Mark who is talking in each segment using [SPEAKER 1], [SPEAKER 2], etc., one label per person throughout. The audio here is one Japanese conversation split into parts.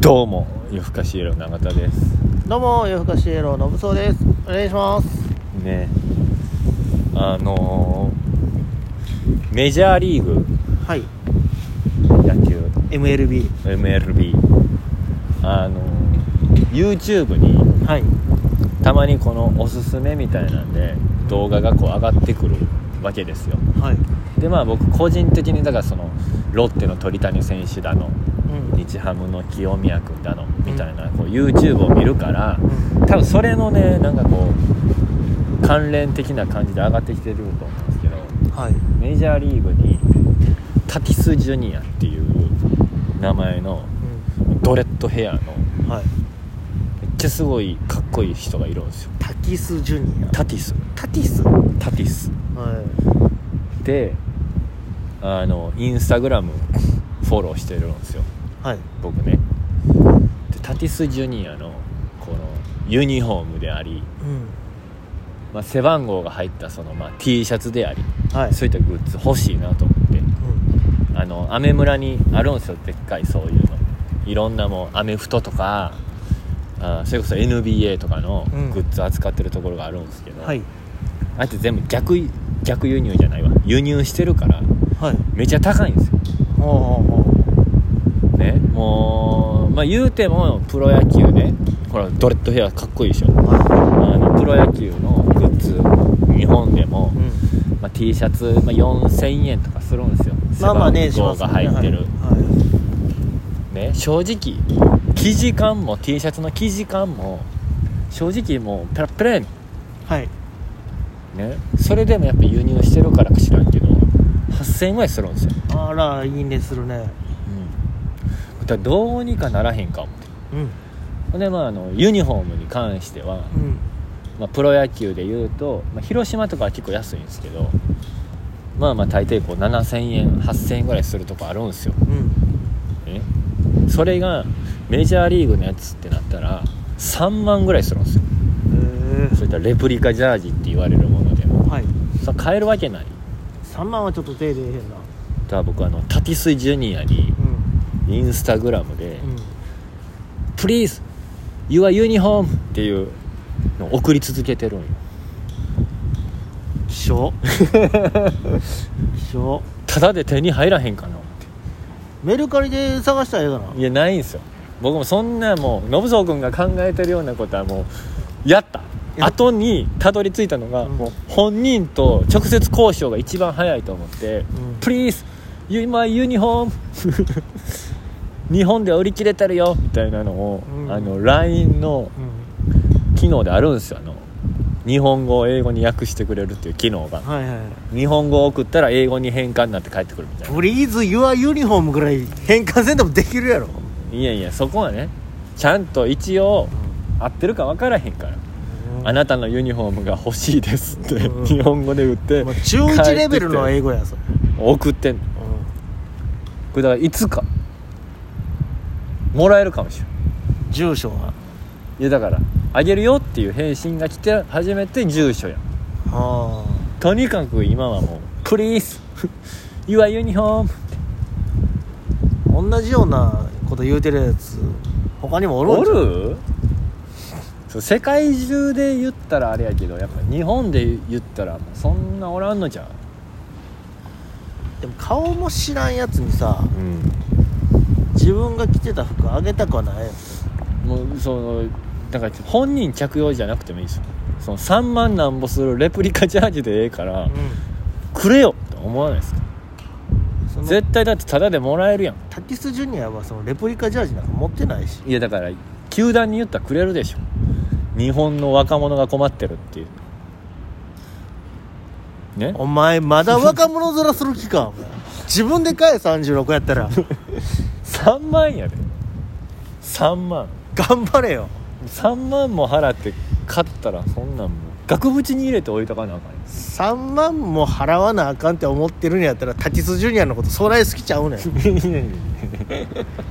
[SPEAKER 1] どうも夜更かしイエロー永田です
[SPEAKER 2] どうも夜更かしイエローのぶそうですお願いします
[SPEAKER 1] ねあのーメジャーリーグ
[SPEAKER 2] はい
[SPEAKER 1] 野球
[SPEAKER 2] MLB
[SPEAKER 1] MLB あのー YouTube に
[SPEAKER 2] はい
[SPEAKER 1] たまにこのおすすめみたいなんで動画がこう上がってくるわけですよ
[SPEAKER 2] はい
[SPEAKER 1] でまあ僕個人的にだからそのロッテの鳥谷選手だの
[SPEAKER 2] うん
[SPEAKER 1] 日ハムの清宮君だのみたいなこう YouTube を見るから
[SPEAKER 2] うん
[SPEAKER 1] 多分それのねなんかこう関連的な感じで上がってきてると思うんですけど
[SPEAKER 2] はい
[SPEAKER 1] メジャーリーグにタティス・ジュニアっていう名前の
[SPEAKER 2] う
[SPEAKER 1] ドレッドヘアのめ
[SPEAKER 2] んはい
[SPEAKER 1] っちゃすごいかっこいい人がいるんですよ
[SPEAKER 2] タキスジュニア
[SPEAKER 1] タティス
[SPEAKER 2] タティスは
[SPEAKER 1] タティス
[SPEAKER 2] い
[SPEAKER 1] であのインスタグラムフォローしてるんですよ
[SPEAKER 2] はい
[SPEAKER 1] 僕ねでタティス・ジュニアのこのユニフォームであり、
[SPEAKER 2] うん
[SPEAKER 1] まあ、背番号が入ったその、まあ、T シャツであり
[SPEAKER 2] はい
[SPEAKER 1] そういったグッズ欲しいなと思ってあのアメ村にあるんですよでっかいそういうのいろんなもうアメフトとかあーそれこそ NBA とかの
[SPEAKER 2] うん
[SPEAKER 1] グッズ扱ってるところがあるんですけ
[SPEAKER 2] う
[SPEAKER 1] ど、
[SPEAKER 2] んはい
[SPEAKER 1] あえて全部逆い逆輸入じゃないわ輸入してるから
[SPEAKER 2] はい
[SPEAKER 1] めちゃ高いんですよ
[SPEAKER 2] ほうほ
[SPEAKER 1] ねもうまあ言うてもプロ野球ねほらドレッドヘアかっこいいでしょ
[SPEAKER 2] うほうは
[SPEAKER 1] あのプロ野球のグッズ日本でも
[SPEAKER 2] い、うん
[SPEAKER 1] まあ、T シャツ、まあ、4000円とかするんですよ
[SPEAKER 2] まあまあね
[SPEAKER 1] 背番号が入ってる、
[SPEAKER 2] しますね
[SPEAKER 1] ね正直生地感も T シャツの生地感も正直もうペラペラやね
[SPEAKER 2] はいはい
[SPEAKER 1] んねそれでもやっぱ輸入してるからか知らんけど8000円ぐらいするんですよ、
[SPEAKER 2] あらいいねするね
[SPEAKER 1] うん、だからどうにかならへんか思って
[SPEAKER 2] うん
[SPEAKER 1] ほんでまああのユニフォームに関しては、
[SPEAKER 2] うん
[SPEAKER 1] まあ、プロ野球でいうと、まあ、広島とかは結構安いんですけどまあまあ大抵こう7000円8000円ぐらいするとこあるんですよ
[SPEAKER 2] うん
[SPEAKER 1] ねそれがメジャーリーグのやつってなったら3万ぐらいするんですよ
[SPEAKER 2] え
[SPEAKER 1] そういったレプリカジャージって言われるものでも
[SPEAKER 2] ー、はい
[SPEAKER 1] それ買えるわけない
[SPEAKER 2] 3万はちょっと手出えへんな
[SPEAKER 1] だから僕あのタティスジュニアに
[SPEAKER 2] う
[SPEAKER 1] インスタグラムで
[SPEAKER 2] んうん
[SPEAKER 1] 「Please your uniform」っていうのを送り続けてるんよ
[SPEAKER 2] 希少希少
[SPEAKER 1] ただで手に入らへんかな思って
[SPEAKER 2] メルカリで探したらええかない
[SPEAKER 1] やないんすよ僕もそんなもう信蔵君が考えてるようなことはもうやった
[SPEAKER 2] や
[SPEAKER 1] 後にたどり着いたのが、
[SPEAKER 2] うん
[SPEAKER 1] もう本人と直接交渉が一番早いと思って
[SPEAKER 2] うん
[SPEAKER 1] 「Please you- my uniform 日本では売り切れてるよ」みたいなのを、
[SPEAKER 2] うん
[SPEAKER 1] あの LINE の
[SPEAKER 2] うん
[SPEAKER 1] 機能であるんですよあの日本語を英語に訳してくれるっていう機能が
[SPEAKER 2] はいはい
[SPEAKER 1] 日本語を送ったら英語に変換になって帰ってくるみたいな
[SPEAKER 2] プリーズユアユニフォームぐらい変換せんでもできるやろ
[SPEAKER 1] いやいやそこはねちゃんと一応合ってるか分からへんからあ
[SPEAKER 2] あ
[SPEAKER 1] なたのユニフォームが欲しいですって、
[SPEAKER 2] うん
[SPEAKER 1] 日本語で売って、
[SPEAKER 2] 中1レベルの英語やそれ、
[SPEAKER 1] 送ってんのこれだからいつかもらえるかもしれない
[SPEAKER 2] うん住所はい
[SPEAKER 1] やだからあげるよっていう返信が来て初めて住所や
[SPEAKER 2] あ
[SPEAKER 1] とにかく今はもう「Please your uniform
[SPEAKER 2] あ同じようなこと言うてるやつ他にも」おる
[SPEAKER 1] お
[SPEAKER 2] んちゃう
[SPEAKER 1] るそう世界中で言ったらあれやけどやっぱ日本で言ったらもうそんなおらんのじゃん
[SPEAKER 2] でも顔も知らんやつにさ
[SPEAKER 1] うん
[SPEAKER 2] 自分が着てた服あげたくはないやん
[SPEAKER 1] もうそのだから本人着用じゃなくてもいいですよその3万なんぼするレプリカジャージでええから、くれよって思わないですか
[SPEAKER 2] その
[SPEAKER 1] 絶対だってタダでもらえるやん
[SPEAKER 2] タティスジュニアはそのレプリカジャージなんか持ってないし
[SPEAKER 1] いやだから球団に言ったらくれるでしょ日本の若者が困ってるっていうね
[SPEAKER 2] お前まだ若者面する気かお前自分で買え36やっ たら
[SPEAKER 1] 3万やで3万
[SPEAKER 2] 頑張れよ
[SPEAKER 1] 3万も払って勝ったらそんなんもう額縁に入れて置いとかなあかんよ
[SPEAKER 2] 3万も払わなあかんって思ってるんやったらタティスジュニアのことそらい好きちゃうねん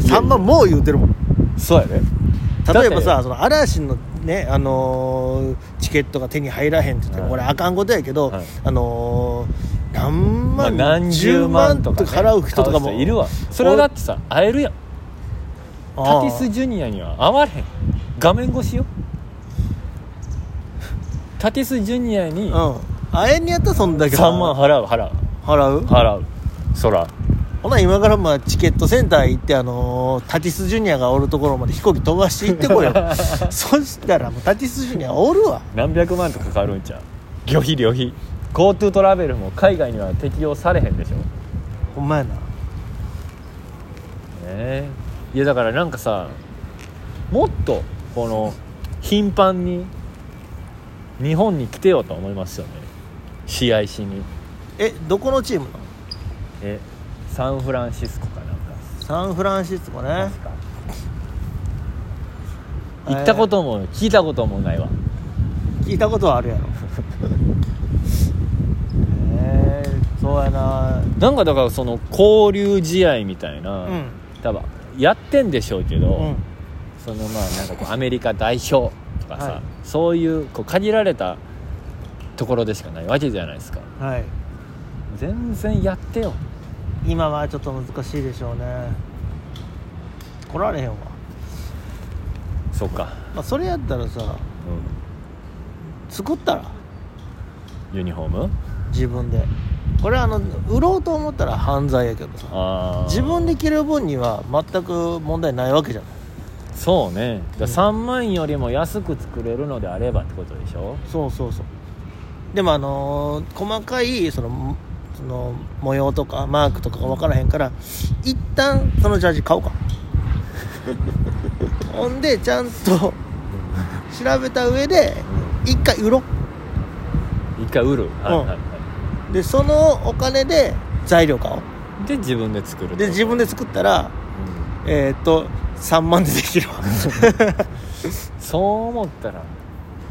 [SPEAKER 2] 3万もう言うてるもん
[SPEAKER 1] そうやで
[SPEAKER 2] 例え
[SPEAKER 1] だっ
[SPEAKER 2] ばさ
[SPEAKER 1] て
[SPEAKER 2] その嵐のねあのーチケットが手に入らへんって言っても、
[SPEAKER 1] はい
[SPEAKER 2] これあかんことやけど、
[SPEAKER 1] はい
[SPEAKER 2] あのー何
[SPEAKER 1] まあ、
[SPEAKER 2] 万、
[SPEAKER 1] 何十万とか,、
[SPEAKER 2] 10とか払う人とかも
[SPEAKER 1] 買人いるわそれはだってさ会えるやん
[SPEAKER 2] あ
[SPEAKER 1] タ
[SPEAKER 2] あ
[SPEAKER 1] ティスジュニアには合われへん画面越しよタティスジュニアに3
[SPEAKER 2] うんあえんにやったらそんだけ
[SPEAKER 1] 万払う払う
[SPEAKER 2] 払う
[SPEAKER 1] 払うそら
[SPEAKER 2] ほな今からまあチケットセンター行ってあのータティスジュニアがおるところまで飛行機飛ばして行ってこいよそしたらもうタティスジュニアおるわ
[SPEAKER 1] 何百万とかかかるんちゃう旅費旅費 GoTo トラベルも海外には適用されへんでしょね
[SPEAKER 2] ほんまやな
[SPEAKER 1] えいやだからなんかさもっとこの頻繁に日本に来てよと思いますよね試合しに
[SPEAKER 2] えどこのチームなの
[SPEAKER 1] えサンフランシスコかなんか
[SPEAKER 2] サンフランシスコね
[SPEAKER 1] 確か行ったことも聞いたこともないわ
[SPEAKER 2] 聞いたことはあるやろえー、そうやな
[SPEAKER 1] なんかだからその交流試合みたいな、
[SPEAKER 2] うん
[SPEAKER 1] 多分やってんでしょうけど、
[SPEAKER 2] うん
[SPEAKER 1] そのまあなんかこうアメリカ代表とかさ、
[SPEAKER 2] はい
[SPEAKER 1] そういうこう限られたところでしかないわけじゃないですか
[SPEAKER 2] はい
[SPEAKER 1] 全然やってよ
[SPEAKER 2] 今はちょっと難しいでしょうね来られへんわ、
[SPEAKER 1] そうか、
[SPEAKER 2] まあ、それやったらさ
[SPEAKER 1] う
[SPEAKER 2] 作ったら
[SPEAKER 1] ん、ユニフォーム
[SPEAKER 2] 自分でこれあの売ろうと思ったら犯罪やけどさ
[SPEAKER 1] ああ
[SPEAKER 2] 自分で着る分には全く問題ないわけじゃない
[SPEAKER 1] そうねだ3万よりも安く作れるのであればってことでしょ
[SPEAKER 2] そうそうそうでもあのー細かいそのその模様とかマークとかが分からへんから一旦そのジャージ買 おうかほんでちゃんと調べた上で一回売ろう
[SPEAKER 1] 一回売る、はいはいは
[SPEAKER 2] でそのお金で材料買おう
[SPEAKER 1] い、で自分で作る
[SPEAKER 2] で自分で作ったら
[SPEAKER 1] うん
[SPEAKER 2] えーっと3万でできる わ
[SPEAKER 1] そう思ったら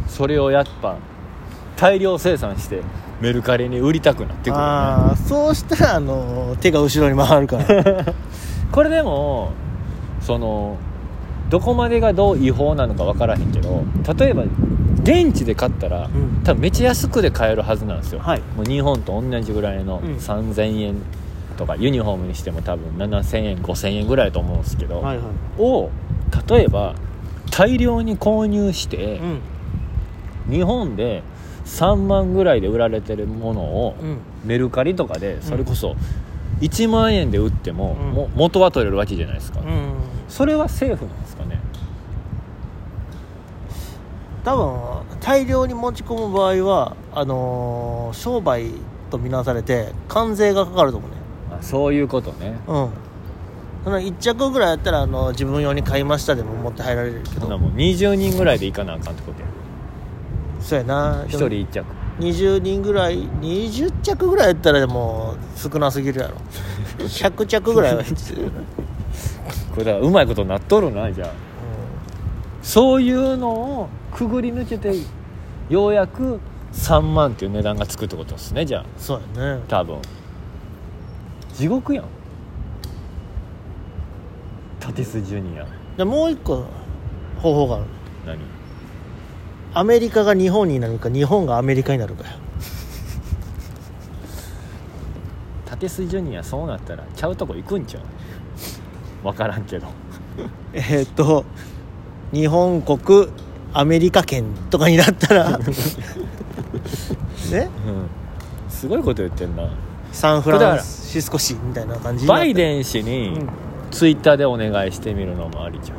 [SPEAKER 1] それをやっぱ大量生産してメルカリに売りたくなってくるよね
[SPEAKER 2] ああそうしたら、あの手が後ろに回るから
[SPEAKER 1] これでもそのどこまでがどう違法なのか分からへんけど例えば現地で買ったら、
[SPEAKER 2] ん
[SPEAKER 1] 多分めっちゃ安くで買えるはずなんですよ、
[SPEAKER 2] はい
[SPEAKER 1] もう日本と同じぐらいの
[SPEAKER 2] うん
[SPEAKER 1] 3000円とか、ユニフォームにしても多分7000円5000円ぐらいだと思うんですけど、
[SPEAKER 2] は
[SPEAKER 1] を例えば大量に購入して、
[SPEAKER 2] うん
[SPEAKER 1] 日本で3万ぐらいで売られてるものを、
[SPEAKER 2] うん
[SPEAKER 1] メルカリとかでそれこそ1万円で売っても,
[SPEAKER 2] うん
[SPEAKER 1] も、元は取れるわけじゃないですか、
[SPEAKER 2] うん
[SPEAKER 1] それは政府なんですかね
[SPEAKER 2] 多分大量に持ち込む場合はあのー商売と見なされて関税がかかると思うね
[SPEAKER 1] あそういうことね
[SPEAKER 2] うんその1着ぐらいやったら、あの自分用に買いましたでも持って入られるけ
[SPEAKER 1] ほ
[SPEAKER 2] ど
[SPEAKER 1] なもう20人ぐらいで行かなあかんってことや
[SPEAKER 2] そうやな
[SPEAKER 1] 1人1着
[SPEAKER 2] 20人ぐらい20着ぐらいやったらでも少なすぎるや ろ100着ぐらい は必要、うん、
[SPEAKER 1] これだからうまいことなっとるなじゃあそういうのをくぐり抜けてようやく3万っていう値段がつくってことですねじゃあ
[SPEAKER 2] そうやね
[SPEAKER 1] 多分地獄やんタティスジュニア
[SPEAKER 2] でもう一個方法がある
[SPEAKER 1] 何
[SPEAKER 2] アメリカが日本になるか日本がアメリカになるかよ
[SPEAKER 1] タティスジュニアそうなったらちゃうとこ行くんちゃう分からんけど
[SPEAKER 2] えーっと日本国アメリカ圏とかになったら ね
[SPEAKER 1] うんすごいこと言ってんな
[SPEAKER 2] サンフ
[SPEAKER 1] これだ
[SPEAKER 2] ラ
[SPEAKER 1] か
[SPEAKER 2] ン
[SPEAKER 1] ら
[SPEAKER 2] シスコ市みたいな感じ
[SPEAKER 1] バイ
[SPEAKER 2] ン
[SPEAKER 1] デン氏にツイッターでお願いしてみるのもありじゃん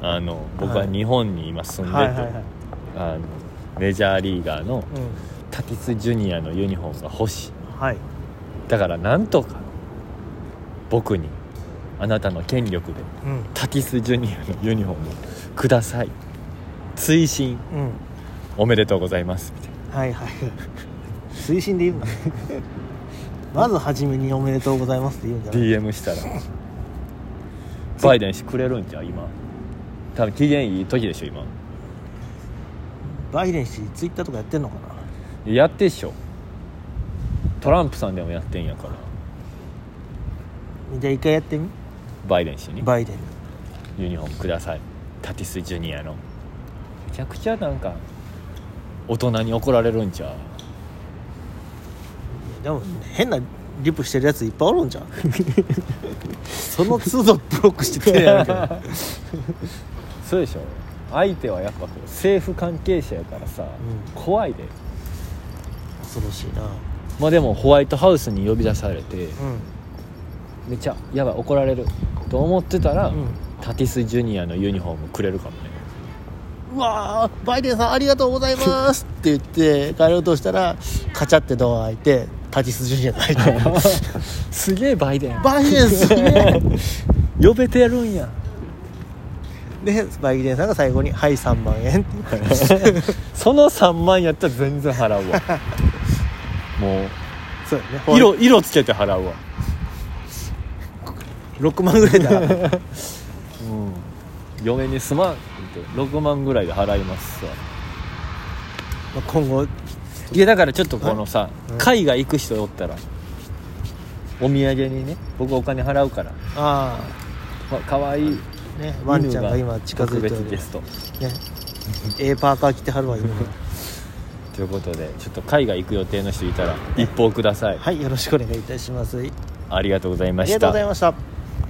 [SPEAKER 1] あの僕は日本に今住んで
[SPEAKER 2] はい
[SPEAKER 1] て、
[SPEAKER 2] はいはい、
[SPEAKER 1] あのメジャーリーガーの
[SPEAKER 2] う
[SPEAKER 1] タティスジュニアのユニフォームが欲しい
[SPEAKER 2] ん、はい
[SPEAKER 1] だからなんとか僕にあなたの権力で
[SPEAKER 2] うん
[SPEAKER 1] タティスジュニアのユニフォームをください追伸
[SPEAKER 2] うん
[SPEAKER 1] おめでとうございますみたいな
[SPEAKER 2] はいはい推進で言うな まず初めに「おめでとうございます」って言うんじゃない
[SPEAKER 1] DM したらバイデン氏くれるんじゃう今多分機嫌いい時でしょ今
[SPEAKER 2] バイデン氏ツイッターとかやってんのかな
[SPEAKER 1] やってっしょトランプさんでもやってんやから
[SPEAKER 2] じゃあ一回やってみ
[SPEAKER 1] バイデン氏に
[SPEAKER 2] バイデンに
[SPEAKER 1] ユニフォームくださいタティスジュニアのめちゃくちゃなんか大人に怒られるんちゃう
[SPEAKER 2] でも変なリプしてるやついっぱいおるんじ ゃんその都度ブロックしててやんけど
[SPEAKER 1] そうでしょ相手はやっぱこう政府関係者やからさ、
[SPEAKER 2] う
[SPEAKER 1] 怖いで
[SPEAKER 2] 恐ろしいな
[SPEAKER 1] まあでもホワイトハウスに呼び出されて
[SPEAKER 2] うん
[SPEAKER 1] めっちゃやばい怒られると思ってたら、
[SPEAKER 2] うん
[SPEAKER 1] タティス・ジュニアのユニフォームくれるかもね
[SPEAKER 2] うわーバイデンさんありがとうございますって言って帰ろうとしたらカチャってドア開いてタジスジュニアが 入ってる
[SPEAKER 1] すげえバイデン
[SPEAKER 2] バイデンすげえ
[SPEAKER 1] 呼べてるんや
[SPEAKER 2] でバイデンさんが最後に「はい3万円」って言って
[SPEAKER 1] その3万やったら全然払う わも
[SPEAKER 2] そうやね
[SPEAKER 1] う色色つけて払うわ
[SPEAKER 2] 6万ぐらいだ
[SPEAKER 1] うん嫁にすまんって言って6万ぐらいで払いますわ
[SPEAKER 2] 今後
[SPEAKER 1] いやだからちょっとこのさ
[SPEAKER 2] うん
[SPEAKER 1] 海外行く人おったらお土産にね僕お金払うから
[SPEAKER 2] あ
[SPEAKER 1] まあ可愛い
[SPEAKER 2] あねワンちゃんが今近づいて
[SPEAKER 1] 特別
[SPEAKER 2] る
[SPEAKER 1] ゲスト
[SPEAKER 2] ねええパーカー着てはるわ今
[SPEAKER 1] ということでちょっと海外行く予定の人いたら一報ください、
[SPEAKER 2] はいよろしくお願いいたしますあり
[SPEAKER 1] ありがとうございま
[SPEAKER 2] が
[SPEAKER 1] し
[SPEAKER 2] とうござ
[SPEAKER 1] た
[SPEAKER 2] いました